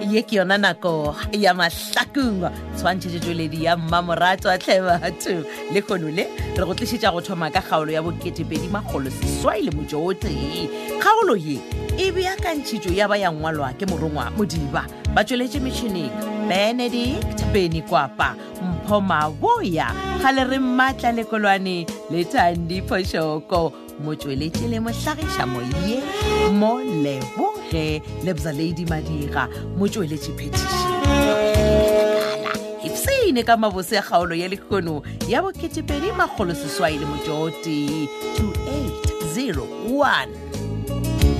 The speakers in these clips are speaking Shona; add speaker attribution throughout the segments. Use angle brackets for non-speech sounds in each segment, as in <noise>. Speaker 1: ye ke yona nako ya mahlakong tshwantšhetšetšweledi ya mmamoratwa tlhebatho le kgono le re go tlišitša go thoma ka kgaolo ya bo2edimagolo seswai le mojo o tee kgaolo ye e beakantšhitšo ya ba ya ngwalwa ke morongwa modiba ba tšweletše metšhineng benedict beny kwapa mpho maboya ga le re maatla lekolwane le thandiphošoko motsweletše le mohlagiša moye mo leboge lebzaladi madira motsweletše phetiši ipseine ka mabose a kgaolo ya lekgono ya bo2edi magolo seswai le mojote 2801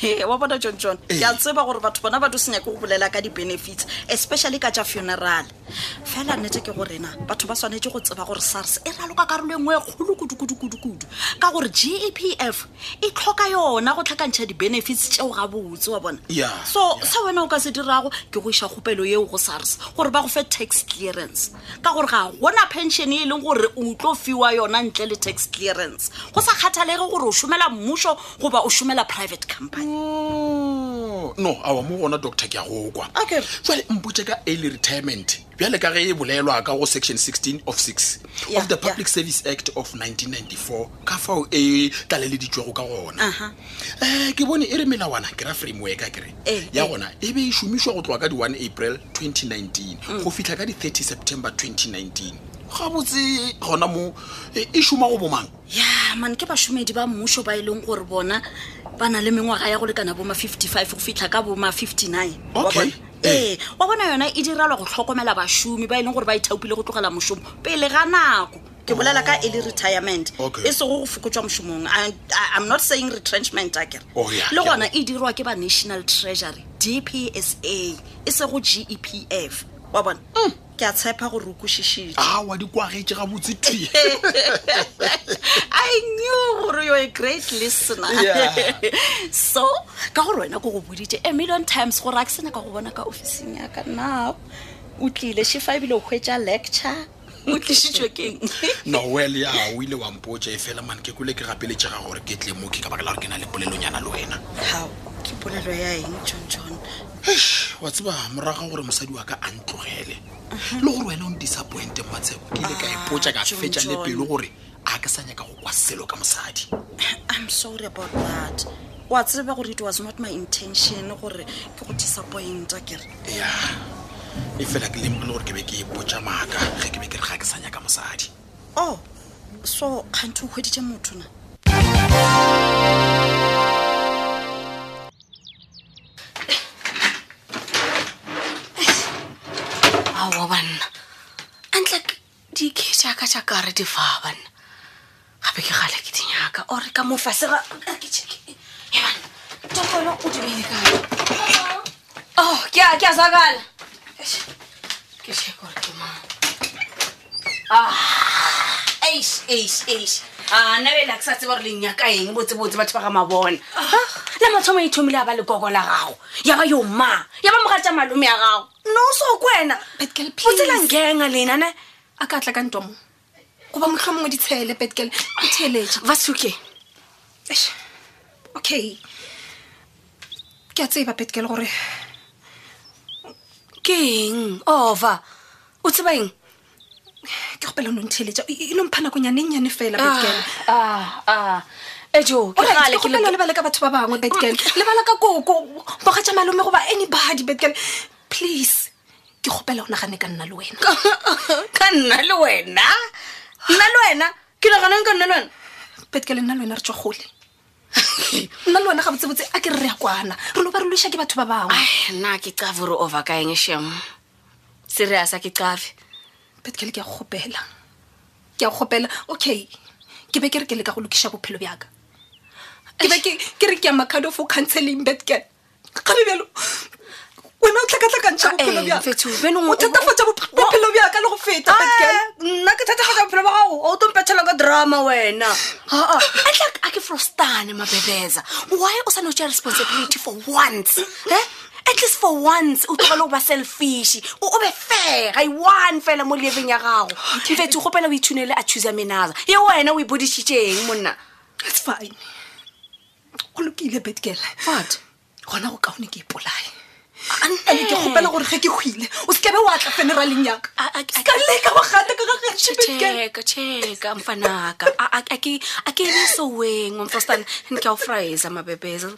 Speaker 2: He, <laughs> wa bona john john ke a tseba gore batho bona ba to senya ke go bolela ka di-benefits especially ka ja funeral fela nnete ke gorena batho ba tshwanetse go tseba gore sars e raloka karolo e nngwe e kgolo kudu-kudu-kudu-kudu ka gore gepf e tlhoka yona go tlhakantšha di-benefits tšeo ga botse wa bona
Speaker 3: Yeah,
Speaker 2: so
Speaker 3: yeah.
Speaker 2: se wena o ka se dirago ke go iša kgopelo eo go sars gore ba go fe tax clearance ka gore ga gona pension e leng gore o tlo fiwa yona ntle le tax clearance go sa kgathalege gore o šomela mmušo goba o šomela private company
Speaker 3: Oh, no awa mo gona doctor ke a go kwa
Speaker 2: Okay.
Speaker 3: jale mpotse ka early retirement bjale ka ge e bolelwa ka go section 16 of 6
Speaker 2: Yeah,
Speaker 3: of the public
Speaker 2: yeah.
Speaker 3: service act of 1994 ka fao e taleleditšwego ka gona
Speaker 2: Aha.
Speaker 3: um ke bone e re melawana ke ra framework a kere
Speaker 2: Eh,
Speaker 3: ya
Speaker 2: eh.
Speaker 3: gona e be e šomišwa go tloga ka di 1 april
Speaker 2: Mm.
Speaker 3: 2019 go fitlha ka di 30 september 2019 gabotse gona mo e e šoma go bomang
Speaker 2: ya mane ke bašomedi ba mmušo ba e leng gore bona ba na le mengwaga ya go lekana boma fifty-five go fitlha ka boma fifty-nine
Speaker 3: Okay, Eh.
Speaker 2: ee wa bona yona e direlwa go tlhokomela bašomi ba e leng gore ba ithaopile go tlogela mošomo pele ga nako ke bolela ka ele retirement
Speaker 3: Okay.
Speaker 2: e sego go fokotswa mošomong I- I- i'm not saying retrenchment akere
Speaker 3: Oh, yeah,
Speaker 2: le
Speaker 3: yeah.
Speaker 2: gona e dirwa ke ba national treasury dpsa e sego gepf wa bona
Speaker 3: Mm.
Speaker 2: ke a tshepa gore o kwešišitše
Speaker 3: a wa di kwagetse gabotse twie
Speaker 2: i knew gore you're a great listener
Speaker 3: Yeah.
Speaker 2: <laughs> so ka gore wena ko go boditse a million times gore a ke sena ka go bona ka officing yaka now o tlile shefa ebile o hwetsa lecture o tlisitswe keng <laughs>
Speaker 3: noel ya o ile wa mpotsa e fela mane ke kole ke gapeletšega gore ke tle mo ke ka baka la gore ke na le polelonyana le wena
Speaker 2: gao ke polelo ya eng john john <laughs>
Speaker 3: Eish, wa tseba moraga gore mosadi wa ka a ntlogele le gore wena o ndisappointe matsebo ke ile ka
Speaker 2: Ah,
Speaker 3: ipotsa ka
Speaker 2: John,
Speaker 3: fetša le
Speaker 2: John.
Speaker 3: pelo gore a ke sa nyaka go kwa selo ka mosadi
Speaker 2: i'm sorry about that wa tseba gore it was not my intention gore ke go disappointa kere
Speaker 3: ya e fela ke lemoge le gore ke be ke ipotsa maaka ge ke be ke re ga ke sa nyaka mosadi
Speaker 2: oh so kgante o hweditse motho na
Speaker 4: aowa banna a ntle dike jaaka jaaka re di fa banna gape ke gale ke dinyaka ore ka mo fase ga a ke check-e. He banna, tokolo o dumele kae oh ke a ke a sakala Eish, ke check gore ke mang ace ace ace a nabela ke sa tseba gore lenyaka eng botsebotse batho ba ga mabona Ah, le mathomo e thomile a ba lekoko la gago ya ba yo ma ya ba mogatsa malome ya gago no so ko wena
Speaker 5: Betkel, please.
Speaker 4: botsela nkenga lenane
Speaker 5: a ka tla ka ntwa mo goba motlho mongwe ditshele petkele o theeletse
Speaker 4: vasuke
Speaker 5: Eish, okay ke a tseba petkele gore
Speaker 4: ke eng ova o tseba eng
Speaker 5: ke gopela o ne ntheeletsa e nompha nakonyane nnyane fela
Speaker 4: Ah,
Speaker 5: petkele
Speaker 4: ejo
Speaker 5: Ah. ke Ah. gopela o lebale ka batho ba bangwe betkele lebala ka koko boga tja malome goba anybody betkele please ke gopela o nagane ka nna le wena
Speaker 4: ka nna <laughs> le <laughs> wena nna le wena ke naganang ka nna le wena
Speaker 5: betkele nna le wena re tswa <laughs> gole nna le wena ga botsebotse a ke re re ya kwana re no ba re lwesa ke batho ba bangwe
Speaker 4: ai nna Eh, ke cave ore ova ka eng shem serius a ke cave
Speaker 5: betkele ke a gopela ke a gopela okay ke be ke re ke leka go lokisa bophelo bjaka ke be ke ke re ke ya makhado for counseling betkele gabe bjalo wena o tlhakatlhakantšha bophelo
Speaker 4: Eh,
Speaker 5: bjaka
Speaker 4: Mfethu, beno
Speaker 5: o
Speaker 4: o-
Speaker 5: thatafatsa boph- bophelo bjaka le go feta betkele
Speaker 4: nna ke thatefatsa bophelo ba gago o tompethela ka drama wena Ah, atla a ke frostane mabebeza why o sa no tšea responsibility for once e at least for once o tlogele go ba selfish o o be fair i one fela mo living ya gago mfetse o gopela o ithunele a thusa menaza ye wena o e bodišitšeng monna
Speaker 5: it's fine go lokile betgirl
Speaker 4: What? Ah!
Speaker 5: gona go kaone ke ipolae ande
Speaker 4: ane
Speaker 5: ke kgopela gore ge ke hwile o se ke be wa tla feneraleng yaka
Speaker 4: A- a- a-
Speaker 5: se ka leka bogata ka gagee betgirl
Speaker 4: cheka cheka mfanaka akebe soweng wamfostan and ke a o fraeza mabebeza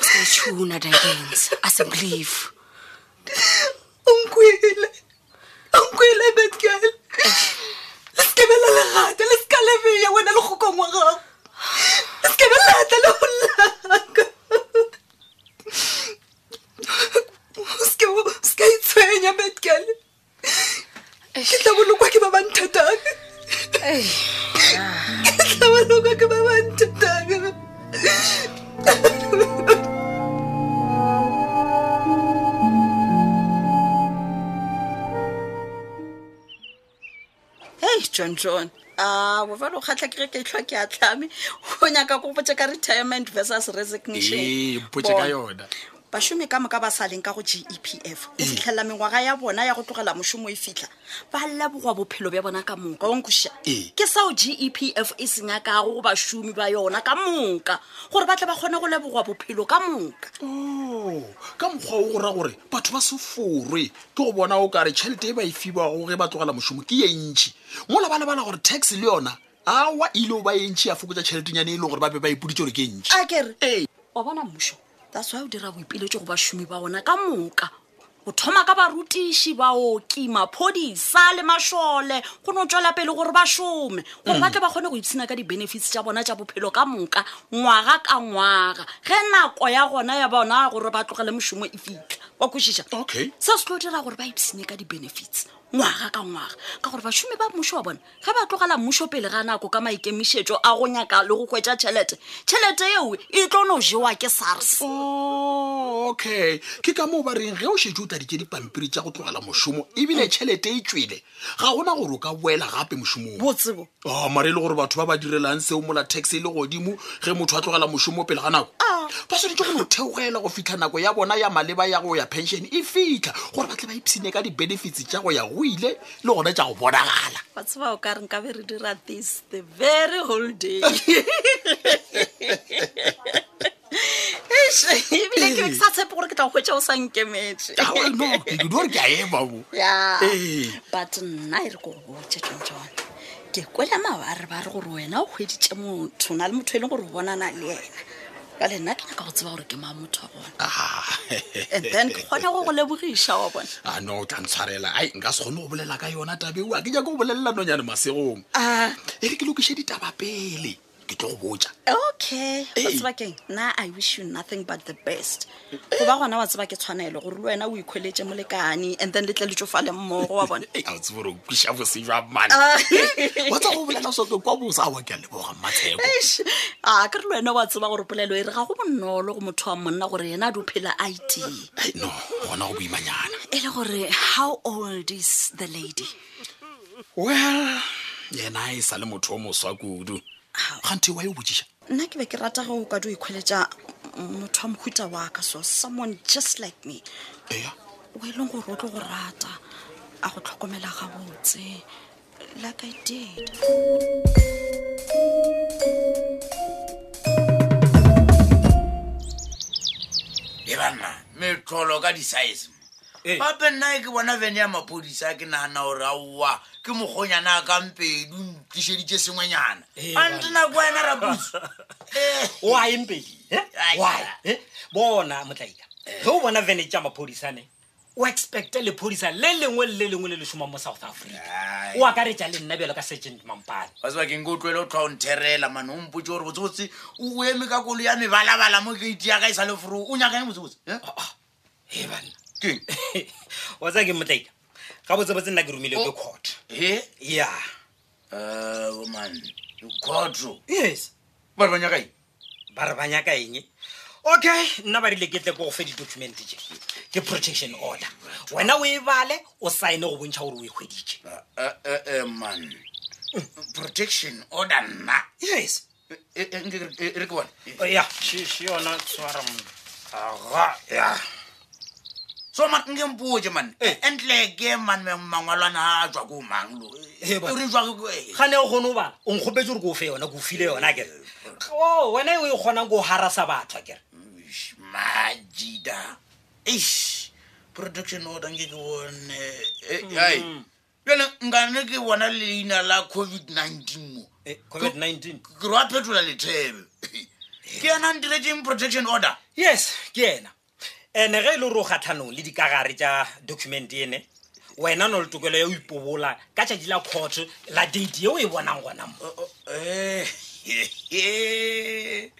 Speaker 4: usethuna dakens asibelieve
Speaker 5: onkwele onkwele betgirl le sekebe la legata le se ka lebeya wena le kgokong wa gago le sekebe lata le go laka O seke- o seka itshwenya betgirl ke tla bolokwa ke ba banthataka ke tla bolokwa ke ba banthataka
Speaker 2: hei john john a bofale o kgatlha ke ge ke itlhwa ke atlhame o nyaka ko botse ka retirement versus
Speaker 3: ee
Speaker 2: resignation
Speaker 3: mpotse ka yona
Speaker 2: bašomi ka moka ba sa leng ka go g e p f o fitlhelela mengwaga ya bona ya go tlogela mošomo e fitlha ba leboga bophelo bja bona ka moka onkoša
Speaker 3: Ee.
Speaker 2: ke sao g e p f e senyakago go bašomi ba yona ka moka gore ba tle ba kgone go leboga bophelo ka moka
Speaker 3: Oh, ka mokgwa o gora gore batho ba se forwe ke go bona o kare tšhelete e ba e fibago ge ba tlogela mošomo ke ye ntšhi mola ba lebala gore tax le yona awa ile o ba ye ntšhi ya fokotsa tšheletenyane e leng gore ba be ba ipoditse gore ke ntšhi
Speaker 2: a kere
Speaker 3: ee
Speaker 2: wa bona mmušo that's why o dira boipiletso go bašomi ba ona ka moka o thoma ka barutiši baoki maphodisa le mašole go no tswela pele gore ba šome gore ba tle ba kgone go ipshina ka di-benefits tša bona tša bophelo ka moka ngwaga ka ngwaga ge nako ya gona ya bona gore ba tlogele mošomo e fitlha wa kwešiša
Speaker 3: Okay.
Speaker 2: seo se tlo dira gore ba ipshine ka di-benefits ngwaga ka ngwaga ka gore bašomi ba mmušo wa bona ge ba tlogela mmušo pele ga nako ka maikemišetšo a go nyaka le go kgwetša tšhelete tšhelete eo e tlo no jewa ke sars
Speaker 3: Oh, okay ke ka moo ba reng ge o šetse o taditse dipampiri tša go tlogela mošomo ebile tšhelete e tswele ga gona gore o ka boela gape mošomong
Speaker 2: botsebo
Speaker 3: a mare e le gore batho ba ba direlang seo mola tax e le godimo ge motho a tlogela mošomo pele ga nako ba swanetse go no theogela go fitlha nako ya bona ya maleba ya go ya pension e fitlha gore ba tle ba ipshine ka di-benefits tša go ya go ile le gona tša go bonagala
Speaker 2: wa tseba o ka re nkabe re dira this the very whole day <laughs> Eish, ebile ke be ke sa tshepe gore ke tla go hwetša o sa nkemetše
Speaker 3: Ao, Ah, oh, no, ke di gore ke a ema bo
Speaker 2: ya
Speaker 3: Ee.
Speaker 2: but nna e re ko botse tsontsone ke kwela mabare ba re gore wena o kgweditse motho o na le motho e leng gore o bonana le ena ka le nna ke nyaka go tseba gore ke maa motho wa bona
Speaker 3: Ah, <laughs>
Speaker 2: and then ke kgone go go lebogiša wa bona
Speaker 3: a ah, no o tla ntshwarela ai nka se kgone go bolela ka yona tabeo a ke nyaka go bolelela nonyane masegong
Speaker 2: Ah.
Speaker 3: e re ke lokiše ditaba pele ke tlo go botja
Speaker 2: okay wa
Speaker 3: Ee.
Speaker 2: tseba keng nna i wish you nothing but the best goba gona wa tseba ke tshwanelo gore le wena o ikgweletse molekane and then le tle le tsofale mmogo wa
Speaker 3: <laughs>
Speaker 2: bona
Speaker 3: Ei, a o tsebe gore o kweša bose jwa mane
Speaker 2: Ah.
Speaker 3: wa tsa go bolela soke kwa bosa wa ke a leboga mmatsheko
Speaker 2: Eish, a ke re le wena wa tseba gore polelo e re ga go bonolo go motho wa monna gore yena a di o phela a itee
Speaker 3: Ai, no gona go boimanyana
Speaker 2: e le gore how old is the lady
Speaker 3: well yena e sa le motho o moswa kudu gante wa yo botsiša
Speaker 2: nna ke be ke rata ge o ka di o ikgweletsa motho wa mohuta wa ka so someone just like me
Speaker 3: ea
Speaker 2: o e leng gore o tlo go rata a go tlhokomela gabotse like i did
Speaker 6: e banna metlholo ka di-size
Speaker 7: Eh.
Speaker 6: gape nna e ke bona vene ya mapodisa ke nagana gore aowa ke mokgonyana a kampedu ntlišeditše sengwenyana ante nako wena rapuso
Speaker 7: oa empedi
Speaker 6: Ai.
Speaker 7: bona motlaika ge o bona vene e tša maphodisane o expecte lephodisa le lengwe le le lengwe le le šomang mo south africa
Speaker 6: Ai.
Speaker 7: o akaretša le nna bjalo ka sergeant mampane
Speaker 6: wa seba keng ke o tloele o tlhwa o ntherela mane o mpotse gore botsebotse o eme ka kolo ya mebalabala mo keite ya ka e sa le foro o nyakaeng botsebotse eh?
Speaker 7: e banna
Speaker 6: keng
Speaker 7: <laughs> wa tsaya ke motlaika ga botsebotse nna ke romile ke court
Speaker 6: e
Speaker 7: ya
Speaker 6: Eh, man kgotso
Speaker 7: yes
Speaker 6: batho ba nyakaeng
Speaker 7: ba re ba nyaka eng okay nna ba rile ke tle ko go fe di-document je ke protection order wena o e bale o saene go bontšha gore o e kgweditše
Speaker 6: Eh, man protection order nna
Speaker 7: yes
Speaker 6: E- e- e-
Speaker 7: Oh,
Speaker 6: nke ke re ke bone
Speaker 7: ya she she yona tshwara monna
Speaker 6: Aga, ya. so man nke mpotse man
Speaker 7: Eh.
Speaker 6: entle ke man me- mangwalwana a tswa ko mang lo
Speaker 7: Eh, bana.
Speaker 6: o re tswa ko- eh.
Speaker 7: gane o kgone o bala o nkgopetse gore ke o fe yona ke o file yona akere o wena o e kgonang ko harasa batho akere
Speaker 6: Ish, majida ish production order nke ke bone Eh, ai jale nkane ke bona leina la covid-19 mo
Speaker 7: Eh, covid-19
Speaker 6: ke re wa phetola lethebe ke yona e ndiretseng protection order
Speaker 7: yes ke ena ande ge e le gore o kgatlhanong le dikagare tša document ene wena no le tokelo ya o ipobola ka tšatši la court la date yeo e bonang gona mo
Speaker 6: Eh, ke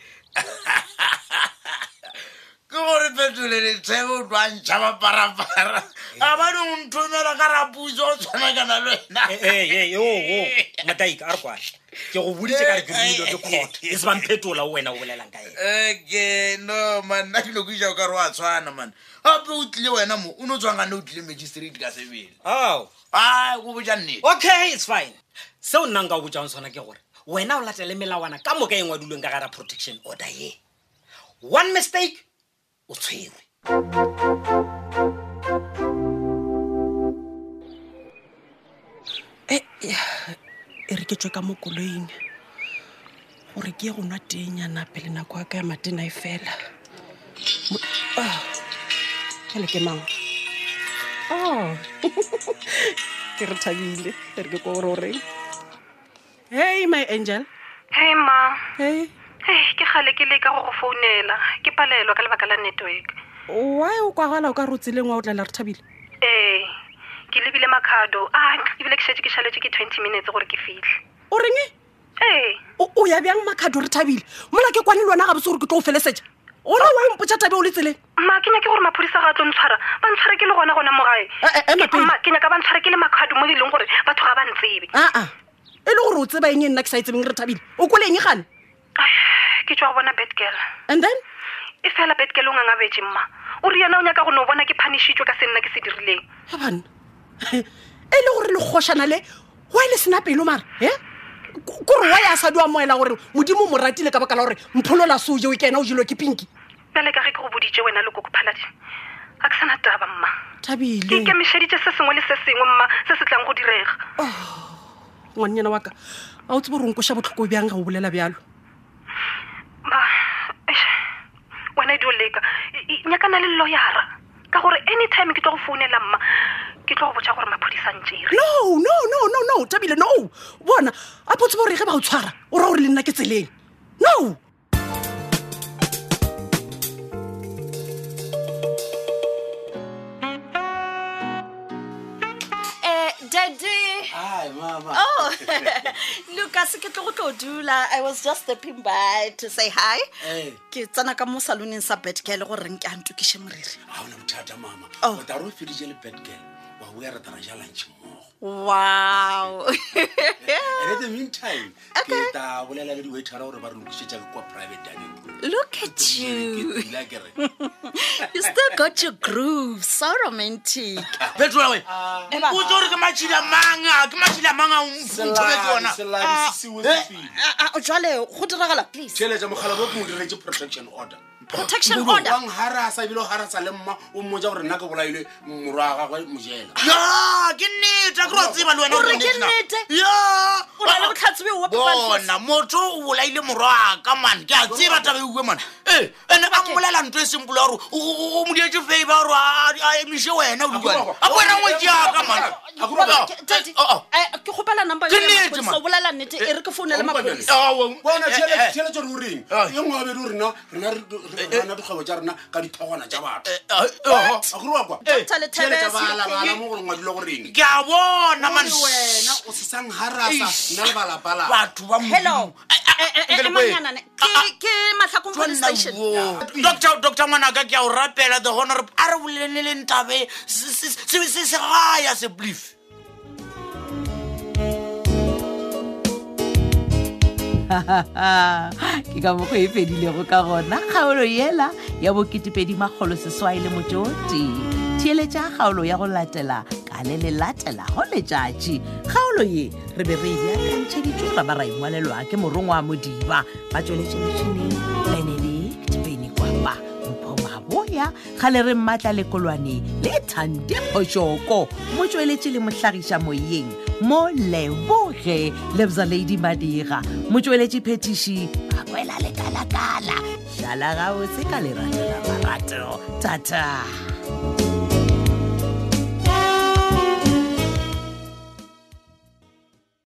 Speaker 6: gore fetole lethebo o twantšha maparapara a ba dong nthomela ka rapuso o tshwana kana le
Speaker 7: Eh, eh, eh, oo, oo, mataika a re kwane ke go boditse ka re ke dilo ke court e se bamphetola o wena o bolelang ka ena
Speaker 6: okay no man nna dilo ke jao ka re wa tshwana man gape o tlile wena mo o ne o tshwangane o tlile magistrate ka sebele
Speaker 7: ao
Speaker 6: a ko boja nnete
Speaker 7: Oh, okay it's fine seo nna nka o bojang sona ke gore wena o latele melawana ka moka engwa duleng ka gara protection order ye one mistake o tshwerwe
Speaker 8: e re ke tswe ka mo koloing gore ke ye go nwa teng yana pele nako ya ka ya matena e fela Mo- Ah, jale ke mang Ah, ke re thabile e re ke ko gore o reng hei my angel
Speaker 9: hei ma
Speaker 8: hei
Speaker 9: ei ke gale ke leka go go founela ke palelwa ka lebaka la network
Speaker 8: why o kwagala o ka re o tseleng wa o tlela re thabile
Speaker 9: ee ke lebile makhado a ebile ke shetse ke šhaletse ke twenty minutes gore ke fitlhe
Speaker 8: o reng
Speaker 9: ee
Speaker 8: o o ya bjang makhado re thabile mola ke kwane le wena gabotse gore ke tlo o felesetša ora wa empotša tabe o le tseleng
Speaker 9: ma ke nyake gore maphodisa ga a tlo ntshwara ba ntshware ke le gona gona mo gae
Speaker 8: Eh, eh, ema
Speaker 9: Ke-
Speaker 8: pele.
Speaker 9: ma, ke nyaka ba ntshware ke le makhado mo e leng gore batho ga ba ntsebe
Speaker 8: aa e le gore o tseba eng e nna ke sa e tsebeng re thabile o koleng gane
Speaker 9: ke tswa go bona betgirl
Speaker 8: and then
Speaker 9: e fela betgirl o ngangabetse mma o ri yena o nyaka go ne o bona ke phanišitšwe ka se nna ke se dirileng
Speaker 8: a <laughs> banna e le gore lekgošana le wa e le sena pelo mara e kore wa ya sa di amoela gore modimo o mo ratile ka baka la gore mpholola se o jeo ke ena o jelwe ke pinki
Speaker 9: pele ka ge ke go boditse wena le koko paladin a ke sana taba mma ke
Speaker 8: thabile
Speaker 9: ikemišeditše se sengwe le se sengwe mma se se tlang go direga
Speaker 8: ngwanyana wa ka a o tsebe gore nkoša botlhoko bjang ga o bolela bjalo
Speaker 9: ba eish, wena e dio leka E- e- nyakana le lawyer-a ka gore anytime ke tlo go founela mma ke tlo go botsa gore maphodisa ntsere
Speaker 8: no no no no no thabile no bona a potse ba gore ge ba o tshwara o ra gore le nna ke tseleng no
Speaker 2: um dade oh <laughs> lucas ke tlo go tlo dula i was just stepping by to say hi ke tsena ka mo saloneng sa betgale goreng ke a ntokiše moriri
Speaker 3: ga ona bothata mama
Speaker 2: Oh.
Speaker 3: o tla re o fedije le betgal wa boya re tara ja lunch mmogo
Speaker 2: wow <laughs>
Speaker 3: and at the meantime ke ta bolela le di-waitera gore ba re lokisetsa ke kwa private dining
Speaker 2: look at you
Speaker 3: ila kere
Speaker 2: you still got your groove so romantic
Speaker 3: "Ah,
Speaker 6: phetola wena
Speaker 2: Eh, bana.
Speaker 6: o tse gore ke matšhila manga ke matšhila manga
Speaker 3: e
Speaker 6: nthobe ke yona
Speaker 2: Ah, ah, jwale go diragala please
Speaker 3: theletsa mogala bo ke mo diretse protection order
Speaker 2: protection
Speaker 3: Bodu,
Speaker 2: order
Speaker 3: wa ngarasa ebile o garasa le mma o mmotsa gore nna ke bolaile morwa wa gagwe mojela ah,
Speaker 6: ya ke nnete a kry tseba le wena
Speaker 2: O re
Speaker 6: hore
Speaker 2: ke
Speaker 6: na.
Speaker 2: nnete?
Speaker 6: Ya.
Speaker 2: o na le botlhatsi bo ope
Speaker 6: bona motho o bolaile morwaka man ke a tseba
Speaker 3: e
Speaker 6: taba eue man
Speaker 3: Eh,
Speaker 6: ee ande a mmolela ntho e sempole ya gore o- o o mo dietse fava gore a- a emise wena
Speaker 3: Akuraba.
Speaker 6: odikane a bona ngwe keaka man
Speaker 3: Akuraba.
Speaker 2: Eh, oh, ke gopela number ya
Speaker 6: Ke nnete,
Speaker 2: maphodisa,
Speaker 6: man.
Speaker 2: o bolela nnete e re ke founele maphodisa
Speaker 3: bona
Speaker 6: Eh, eh.
Speaker 3: theletso re o reng
Speaker 6: Ah.
Speaker 3: e ngwe abedi o rena rena dikgwebo tsa rena ka dithogwana tsa batho a kore wa kwa
Speaker 2: Dr. Lethebe,
Speaker 3: theletsa
Speaker 2: se-
Speaker 3: balabala mo gore ngwadile goreng
Speaker 6: ke a bona man
Speaker 3: Ore wena o sesang harasa
Speaker 6: Eish.
Speaker 3: nna le
Speaker 8: Eh,
Speaker 3: balabala
Speaker 6: batho ba
Speaker 2: hello Eh, emanyanane ke matlhakong police station
Speaker 6: doctor ngwanaka ke a o rapela the honor a re bolelene le ntabe se se gaya se blief
Speaker 1: <laughs> ke ka mokgo e fedilego ka gona kgaolo yela ya bo2edimagolo seswai le motsote theeletša kgaolo ya go latela ka le le latela go letšatši kgaolo ye re be re e beakantšheditšo ra ba ra ingwalelwa ke morongwa modiba ba tsweletše metšhineng benedict bene kwapa mpho mabo ya ga le re mmatla lekolwane le thande phosoko motsweletše e le mohlagiša moyeng mo leboge lebza ladi madira e motsweletše phetiši a kwela lekalakala šala gabotse ka lerata la marato tata